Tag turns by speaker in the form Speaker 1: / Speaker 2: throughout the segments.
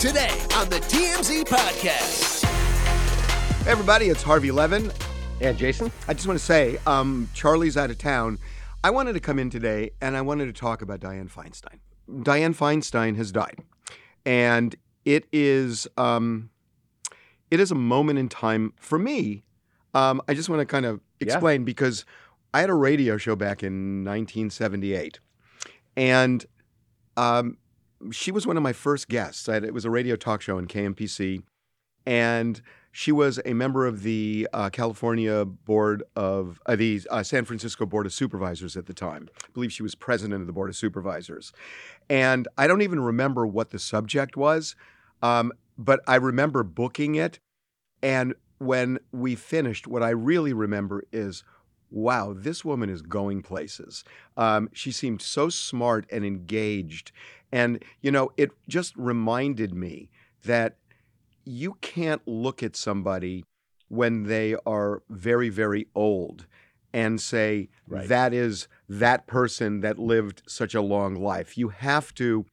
Speaker 1: Today on the TMZ Podcast.
Speaker 2: Hey everybody, it's Harvey Levin.
Speaker 3: And Jason?
Speaker 2: I just want to say, um, Charlie's out of town. I wanted to come in today and I wanted to talk about Diane Feinstein. Diane Feinstein has died, and it is um, it is a moment in time for me. Um, I just want to kind of explain because I had a radio show back in 1978, and um, she was one of my first guests. I had, it was a radio talk show in KMPC, and she was a member of the uh, California Board of uh, the uh, San Francisco Board of Supervisors at the time. I believe she was president of the Board of Supervisors, and I don't even remember what the subject was, um, but I remember booking it. And when we finished, what I really remember is, wow, this woman is going places. Um, she seemed so smart and engaged. And, you know, it just reminded me that you can't look at somebody when they are very, very old and say,
Speaker 3: Right.
Speaker 2: that is that person that lived such a long life. You have to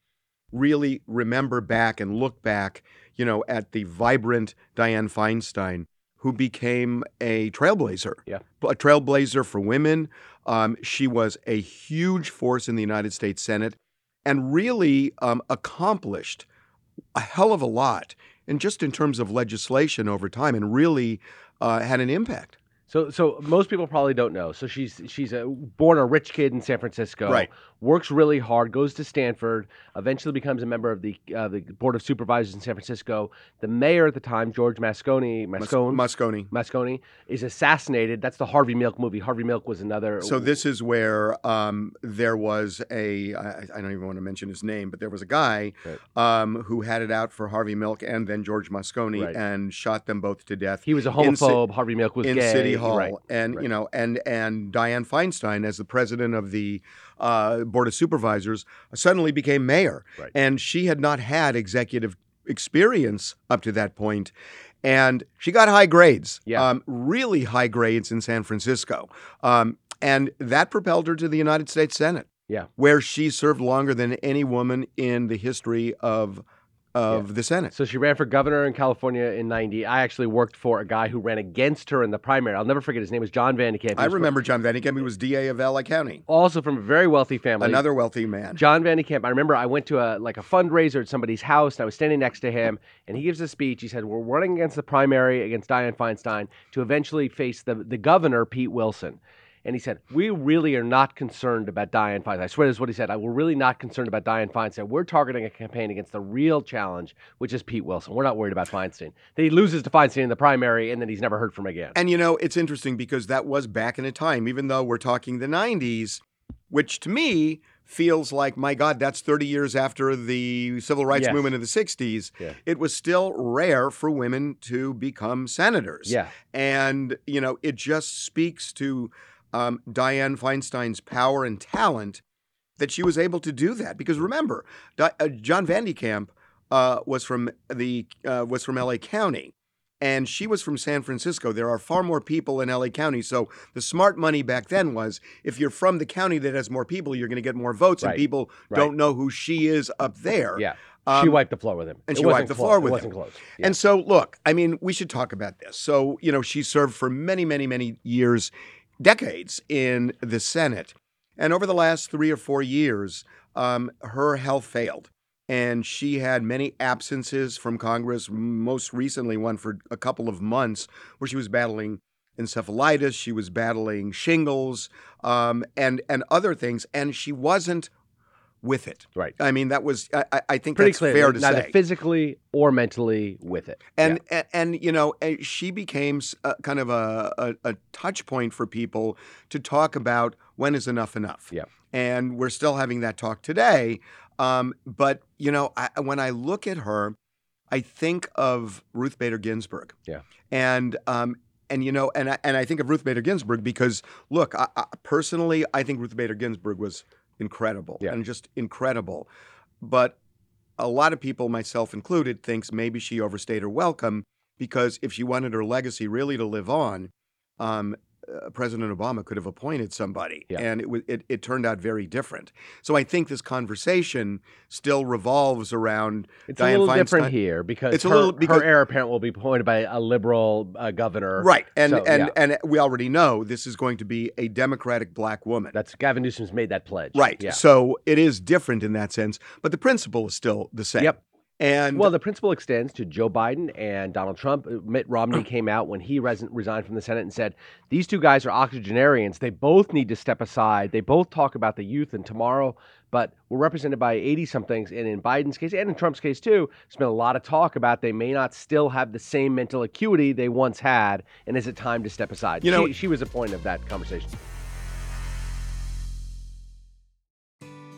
Speaker 2: really remember back and look back, you know, at the vibrant Diane Feinstein, who became a trailblazer.
Speaker 3: Yeah.
Speaker 2: A trailblazer for women. Um, she was a huge force in the United States Senate and really um, accomplished a hell of a lot. And just in terms of legislation over time, and really uh, had an impact.
Speaker 3: So, so most people probably don't know. So she's she's a, born a rich kid in San Francisco.
Speaker 2: Right.
Speaker 3: Works really hard. Goes to Stanford. Eventually becomes a member of the uh, the board of supervisors in San Francisco. The mayor at the time, George Mascone, Mascone,
Speaker 2: Moscone.
Speaker 3: Mascone, is assassinated. That's the Harvey Milk movie. Harvey Milk was another.
Speaker 2: So this is where um, there was a I, I don't even want to mention his name, but there was a guy um, who had it out for Harvey Milk and then George Moscone
Speaker 3: Right.
Speaker 2: and shot them both to death.
Speaker 3: he was a
Speaker 2: in Ci-
Speaker 3: homophobe. Harvey Milk was
Speaker 2: in
Speaker 3: gay.
Speaker 2: City Hall,
Speaker 3: Right.
Speaker 2: and you know, and and Diane Feinstein, as the president of the uh, board of supervisors, suddenly became mayor,
Speaker 3: Right.
Speaker 2: and she had not had executive experience up to that point, and she got high grades,
Speaker 3: Yeah.
Speaker 2: um, really high grades in San Francisco, um, and that propelled her to the United States Senate,
Speaker 3: Yeah.
Speaker 2: where she served longer than any woman in the history of of the Senate.
Speaker 3: So she ran for governor in California in 90. I actually worked for a guy who ran against her in the primary. I'll never forget his name was John Van de Kamp. He
Speaker 2: I
Speaker 3: was from-
Speaker 2: remember John Van Vandekamp. He was DA of LA County,
Speaker 3: also from a very wealthy family.
Speaker 2: another wealthy man.
Speaker 3: John Van de Kamp. I remember I went to a like a fundraiser at somebody's house, and I was standing next to him, and he gives a speech. He said, "We're running against the primary against Dianne Feinstein to eventually face the the governor, Pete Wilson." And he said, "We really are not concerned about Dianne Feinstein." I swear this is what he said. "I- We're really not concerned about Dianne Feinstein. We're targeting a campaign against the real challenge, which is Pete Wilson. We're not worried about Feinstein. Then he loses to Feinstein in the primary, and then he's never heard from again."
Speaker 2: And you know, it's interesting because that was back in a time, even though we're talking the 90s, which to me feels like, my God, that's 30 years after the civil rights
Speaker 3: Yes.
Speaker 2: movement of the 60s.
Speaker 3: Yeah.
Speaker 2: It was still rare for women to become senators.
Speaker 3: Yeah.
Speaker 2: And, you know, it just speaks to um, Diane Feinstein's power and talent that she was able to do that. Because remember, Di- uh, John Vandekamp uh, was from the uh, was from L.A. County, and she was from San Francisco. There are far more people in L.A. County, so the smart money back then was if you're from the county that has more people, you're going to get more votes,
Speaker 3: Right.
Speaker 2: and people
Speaker 3: Right.
Speaker 2: don't know who she is up there.
Speaker 3: Yeah. she
Speaker 2: Um,
Speaker 3: wiped the floor with him,
Speaker 2: and
Speaker 3: It
Speaker 2: she
Speaker 3: wasn't
Speaker 2: wiped the
Speaker 3: close.
Speaker 2: floor
Speaker 3: It
Speaker 2: with him.
Speaker 3: wasn't close. Yeah.
Speaker 2: And so, look, I mean, we should talk about this. So, you know, she served for many, many, many years, decades in the Senate. And over the last three or four years, um, her health failed. And she had many absences from Congress, most recently, one for a couple of months, where she was battling encephalitis, she was battling shingles, um, and, and other things. And she wasn't with it.
Speaker 3: Right.
Speaker 2: I mean, that was, I, I- I think
Speaker 3: pretty
Speaker 2: that's
Speaker 3: clear
Speaker 2: fair to
Speaker 3: neither
Speaker 2: say.
Speaker 3: physically or mentally with it
Speaker 2: and and, and you know and she became s- a, kind of a, a, a touch point for people to talk about when is enough enough
Speaker 3: Yeah.
Speaker 2: and we're still having that talk today. Um, but you know, I, when I look at her, I think of Ruth Bader Ginsburg.
Speaker 3: Yeah.
Speaker 2: And um, and you know, and I, and I think of Ruth Bader Ginsburg because look, I, I, personally, I think Ruth Bader Ginsburg was incredible
Speaker 3: Yeah.
Speaker 2: and just incredible. But a lot of people, myself included, thinks maybe she overstayed her welcome because if she wanted her legacy really to live on, um, uh, President Obama could have appointed somebody,
Speaker 3: Yeah.
Speaker 2: and it, wa- it it turned out very different. So I think this conversation still revolves around
Speaker 3: It's
Speaker 2: Dianne
Speaker 3: a little different
Speaker 2: Feinstein-
Speaker 3: here because,
Speaker 2: It's a
Speaker 3: her,
Speaker 2: little- because-
Speaker 3: her heir apparent will be appointed by a liberal uh, governor.
Speaker 2: right? And
Speaker 3: So,
Speaker 2: and
Speaker 3: yeah.
Speaker 2: and we already know this is going to be a Democratic black woman,
Speaker 3: That's Gavin Newsom's made that pledge.
Speaker 2: right?
Speaker 3: Yeah.
Speaker 2: So it is different in that sense, but the principle is still the same.
Speaker 3: Yep.
Speaker 2: And
Speaker 3: Well, the principle extends to Joe Biden and Donald Trump. Uh, Mitt Romney came out when he res- resigned from the Senate and said, These two guys are octogenarians. They both need to step aside. They both talk about the youth and tomorrow, but we're represented by 80 somethings. And in Biden's case, and in Trump's case too, there's been a lot of talk about they may not still have the same mental acuity they once had. And is it time to step aside?
Speaker 2: You know-
Speaker 3: she, she was a point of that conversation.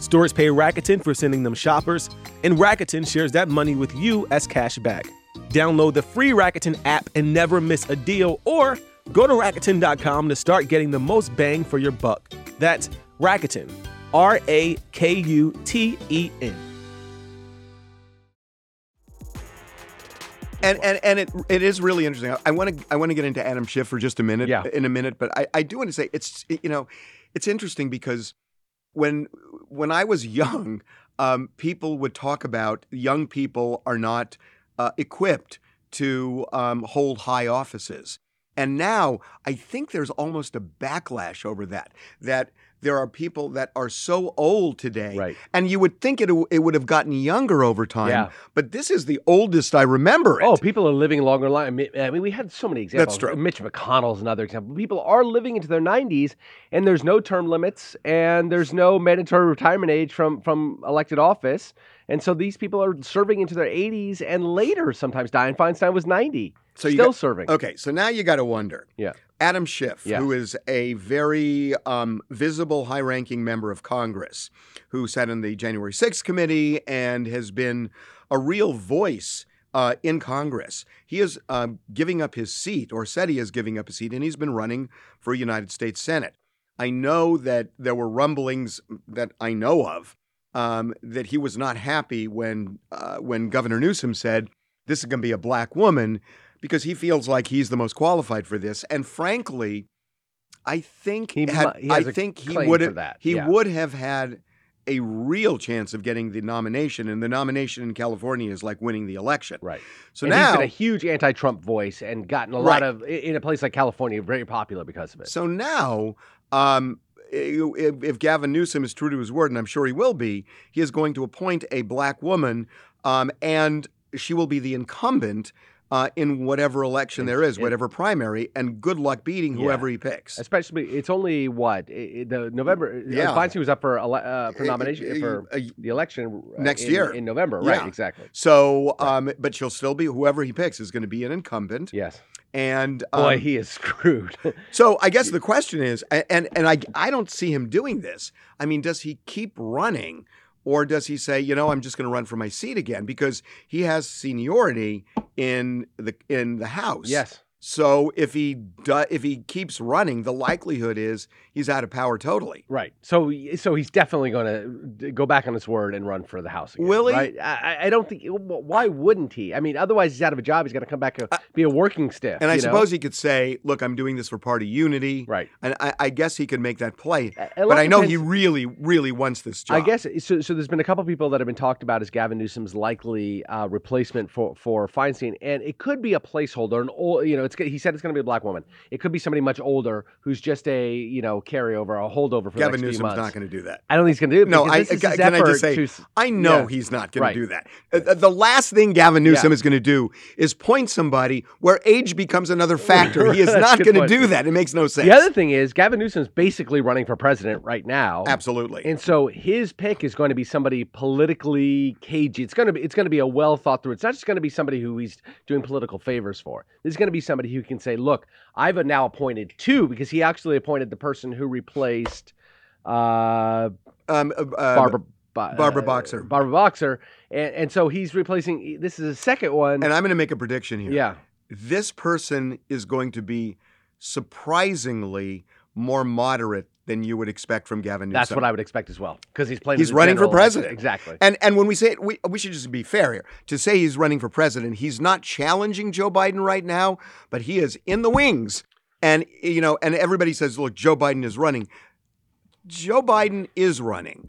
Speaker 4: Stores pay Rakuten for sending them shoppers, and Rakuten shares that money with you as cash back. Download the free Rakuten app and never miss a deal, or go to Rakuten.com to start getting the most bang for your buck. That's Rakuten, R A K U T E N.
Speaker 2: and and and it it is really interesting. I- I want to I want to get into Adam Schiff for just a minute
Speaker 3: Yeah.
Speaker 2: in a minute, but I, I do want to say it's you know it's interesting because when when I was young, um, people would talk about young people are not uh, equipped to um, hold high offices, and now I think there's almost a backlash over that that. There are people that are so old today,
Speaker 3: Right.
Speaker 2: and you would think it it would have gotten younger over time.
Speaker 3: Yeah.
Speaker 2: But this is the oldest I remember it.
Speaker 3: Oh, people are living longer life. I mean, I mean, we had so many examples.
Speaker 2: true.
Speaker 3: Mitch McConnell's another example. People are living into their 90s, and there's no term limits, and there's no mandatory retirement age from from elected office, and so these people are serving into their 80s and later. Sometimes Dianne Feinstein was 90,
Speaker 2: So you
Speaker 3: still
Speaker 2: got-
Speaker 3: serving.
Speaker 2: Okay, so now you got to wonder.
Speaker 3: Yeah.
Speaker 2: Adam Schiff,
Speaker 3: Yeah.
Speaker 2: who is a very um, visible, high ranking member of Congress, who sat in the January 6th committee and has been a real voice uh, in Congress. He is um, giving up his seat, or said he is giving up his seat, and he's been running for United States Senate. I know that there were rumblings that I know of um, that he was not happy when uh, when Governor Newsom said this is going to be a black woman because he feels like he's the most qualified for this. And frankly, I think
Speaker 3: He
Speaker 2: had,
Speaker 3: mu- he
Speaker 2: I
Speaker 3: has a
Speaker 2: think he
Speaker 3: claim
Speaker 2: would
Speaker 3: for
Speaker 2: have
Speaker 3: that,
Speaker 2: he
Speaker 3: yeah.
Speaker 2: would have had a real chance of getting the nomination, and the nomination in California is like winning the election.
Speaker 3: Right.
Speaker 2: So
Speaker 3: and he's
Speaker 2: now
Speaker 3: been a huge anti-Trump voice and gotten a
Speaker 2: Right.
Speaker 3: lot of i- in a place like California very popular because of it.
Speaker 2: So now, um, if, if Gavin Newsom is true to his word, and I'm sure he will be, he is going to appoint a black woman, um, and she will be the incumbent uh, in whatever election there is, whatever primary, and good luck beating whoever he picks.
Speaker 3: Especially, it's only what i- i- the November.
Speaker 2: Yeah.
Speaker 3: uh, Feinstein was up for ele- uh, for
Speaker 2: Uh,
Speaker 3: nomination
Speaker 2: uh,
Speaker 3: for
Speaker 2: uh,
Speaker 3: the election uh,
Speaker 2: Next
Speaker 3: in-
Speaker 2: year.
Speaker 3: in November,
Speaker 2: Yeah.
Speaker 3: right? Exactly.
Speaker 2: So, um, but she'll still be whoever he picks is going to be an incumbent,
Speaker 3: Yes.
Speaker 2: and um,
Speaker 3: Boy, he is screwed.
Speaker 2: So I guess the question is, a- and and I I don't see him doing this. I mean, does he keep running, or does he say, you know, I'm just going to run for my seat again because he has seniority in the in the House.
Speaker 3: yes.
Speaker 2: So if he do, if he keeps running, the likelihood is he's out of power totally.
Speaker 3: Right. So, so he's definitely going to go back on his word and run for the house. Again,
Speaker 2: Will he?
Speaker 3: Right? I, I- I don't think. Why wouldn't he? I mean, otherwise he's out of a job. He's going to come back and be a working stiff.
Speaker 2: And I
Speaker 3: you know?
Speaker 2: suppose he could say, look, I'm doing this for party unity.
Speaker 3: Right.
Speaker 2: And I, I guess he could make that play.
Speaker 3: A- a lot
Speaker 2: But I know he
Speaker 3: depends-
Speaker 2: really, really wants this job.
Speaker 3: I guess eh, so. So there's been a couple people that have been talked about as Gavin Newsom's likely uh, replacement for for Feinstein, and it could be a placeholder. An old, you know, it's it's go- he said it's going to be a black woman. It could be somebody much older who's just a you know carryover, a holdover for
Speaker 2: Gavin
Speaker 3: the next
Speaker 2: Newsom's
Speaker 3: few months.
Speaker 2: not going to do that.
Speaker 3: I don't think he's going to do it.
Speaker 2: No,
Speaker 3: because
Speaker 2: I, uh,
Speaker 3: this is his
Speaker 2: can I
Speaker 3: effort
Speaker 2: just say,
Speaker 3: to s-
Speaker 2: I know
Speaker 3: Yeah.
Speaker 2: he's not going
Speaker 3: Right.
Speaker 2: to do that. Uh, The last thing Gavin Newsom is going to do is point somebody where age becomes another factor. He is
Speaker 3: That's a
Speaker 2: not
Speaker 3: good
Speaker 2: going to
Speaker 3: point.
Speaker 2: do that. It makes no sense.
Speaker 3: The other thing is Gavin Newsom's basically running for president right now.
Speaker 2: Absolutely.
Speaker 3: And so his pick is going to be somebody politically cagey. It's going to be it's going to be a well thought through. It's not just going to be somebody who he's doing political favors for. This is going to be somebody who can say, "Look, I've now appointed two because he actually appointed the person who replaced uh,
Speaker 2: um, uh, uh,
Speaker 3: Barbara Bo-
Speaker 2: Barbara
Speaker 3: uh,
Speaker 2: Boxer.
Speaker 3: Barbara Boxer, and, and so he's replacing. e, This is a second one.
Speaker 2: And I'm going to make a prediction here.
Speaker 3: yeah,
Speaker 2: This person is going to be surprisingly more moderate than you would expect from Gavin Newsom.
Speaker 3: that's what I would expect as well because he's playing.
Speaker 2: He's
Speaker 3: as a
Speaker 2: running for
Speaker 3: general election.
Speaker 2: president.
Speaker 3: Exactly.
Speaker 2: And and when we say it, we we should just be fair here. To say he's running for president, he's not challenging Joe Biden right now, but he is in the wings. And you know, and everybody says, "Look, Joe Biden is running." Joe Biden is running.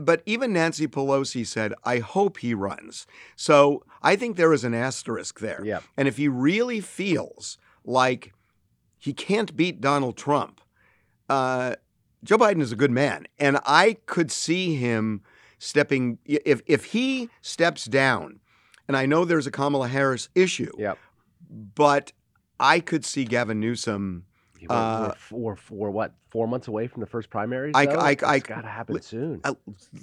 Speaker 2: But even Nancy Pelosi said, "I hope he runs." So, I think there is an asterisk there.
Speaker 3: Yeah.
Speaker 2: And if he really feels like he can't beat Donald Trump, uh, Joe Biden is a good man, and I could see him stepping if if he steps down. And I know there's a Kamala Harris issue,
Speaker 3: Yep.
Speaker 2: but I could see Gavin Newsom.
Speaker 3: We're,
Speaker 2: Uh,
Speaker 3: we're, f- we're, f- we're what four months away from the first primaries.
Speaker 2: I-
Speaker 3: though?
Speaker 2: I-
Speaker 3: It's
Speaker 2: I-
Speaker 3: gotta happen soon.
Speaker 2: uh,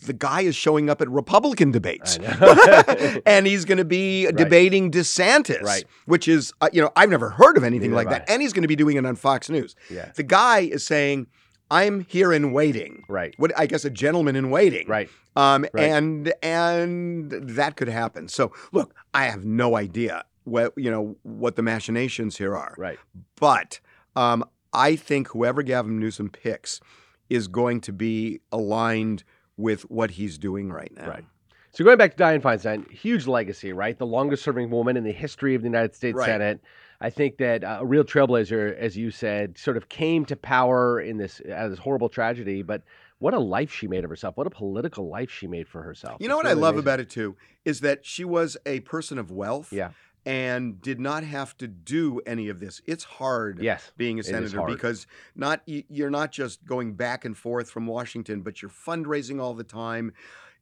Speaker 2: the guy is showing up at Republican debates,
Speaker 3: know.
Speaker 2: and he's going to be debating DeSantis,
Speaker 3: Right.
Speaker 2: which is uh, you know I've never heard of anything
Speaker 3: Neither
Speaker 2: like
Speaker 3: have
Speaker 2: that, and he's going to be doing it on Fox News.
Speaker 3: Yeah.
Speaker 2: The guy is saying, "I'm here in waiting."
Speaker 3: Right.
Speaker 2: What I guess a gentleman in waiting,
Speaker 3: Right.
Speaker 2: Um,
Speaker 3: Right.
Speaker 2: and and that could happen. So look, I have no idea what you know what the machinations here are,
Speaker 3: Right.
Speaker 2: but um, I think whoever Gavin Newsom picks is going to be aligned with what he's doing right now.
Speaker 3: Right. So going back to Dianne Feinstein, huge legacy, right? The longest serving woman in the history of the United States
Speaker 2: Right.
Speaker 3: Senate. I think that uh, a real trailblazer, as you said, sort of came to power in this out of this horrible tragedy. But what a life she made of herself! What a political life she made for herself!
Speaker 2: You know what I love about it too is that she was a person of wealth.
Speaker 3: Yeah.
Speaker 2: And did not have to do any of this. It's hard
Speaker 3: Yes,
Speaker 2: being a
Speaker 3: is
Speaker 2: senator
Speaker 3: hard.
Speaker 2: because not y- you're not just going back and forth from Washington, but you're fundraising all the time.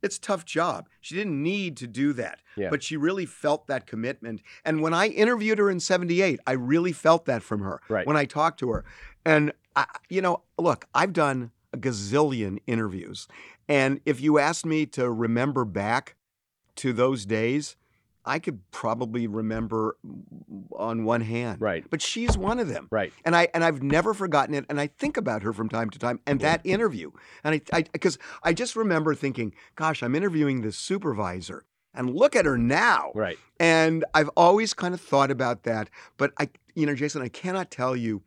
Speaker 2: It's a tough job. She didn't need to do that,
Speaker 3: Yeah.
Speaker 2: but she really felt that commitment. And when I interviewed her in 78, I really felt that from her
Speaker 3: Right.
Speaker 2: when I talked to her. And I, you know, look, I've done a gazillion interviews. And if you asked me to remember back to those days, I could probably remember on one hand.
Speaker 3: Right.
Speaker 2: But she's one of them.
Speaker 3: Right.
Speaker 2: And I and I've never forgotten it. And I think about her from time to time. And that interview. And I because I, just remember thinking, gosh, I'm interviewing this supervisor. And look at her now.
Speaker 3: Right.
Speaker 2: And I've always kind of thought about that. But I you know, Jason, I cannot tell you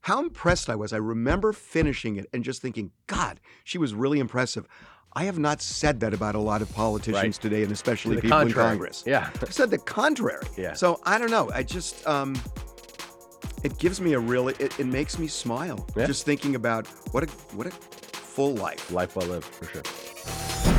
Speaker 2: how impressed I was. I remember finishing it and just thinking, God, she was really impressive. I have not said that about a lot of politicians
Speaker 3: Right.
Speaker 2: today, and especially
Speaker 3: The
Speaker 2: people
Speaker 3: contrary.
Speaker 2: in Congress.
Speaker 3: Yeah.
Speaker 2: I said the contrary.
Speaker 3: Yeah.
Speaker 2: So I don't know. I just um, it gives me a real. It, it makes me smile
Speaker 3: Yeah.
Speaker 2: just thinking about what a what a full life.
Speaker 3: Life well lived for sure.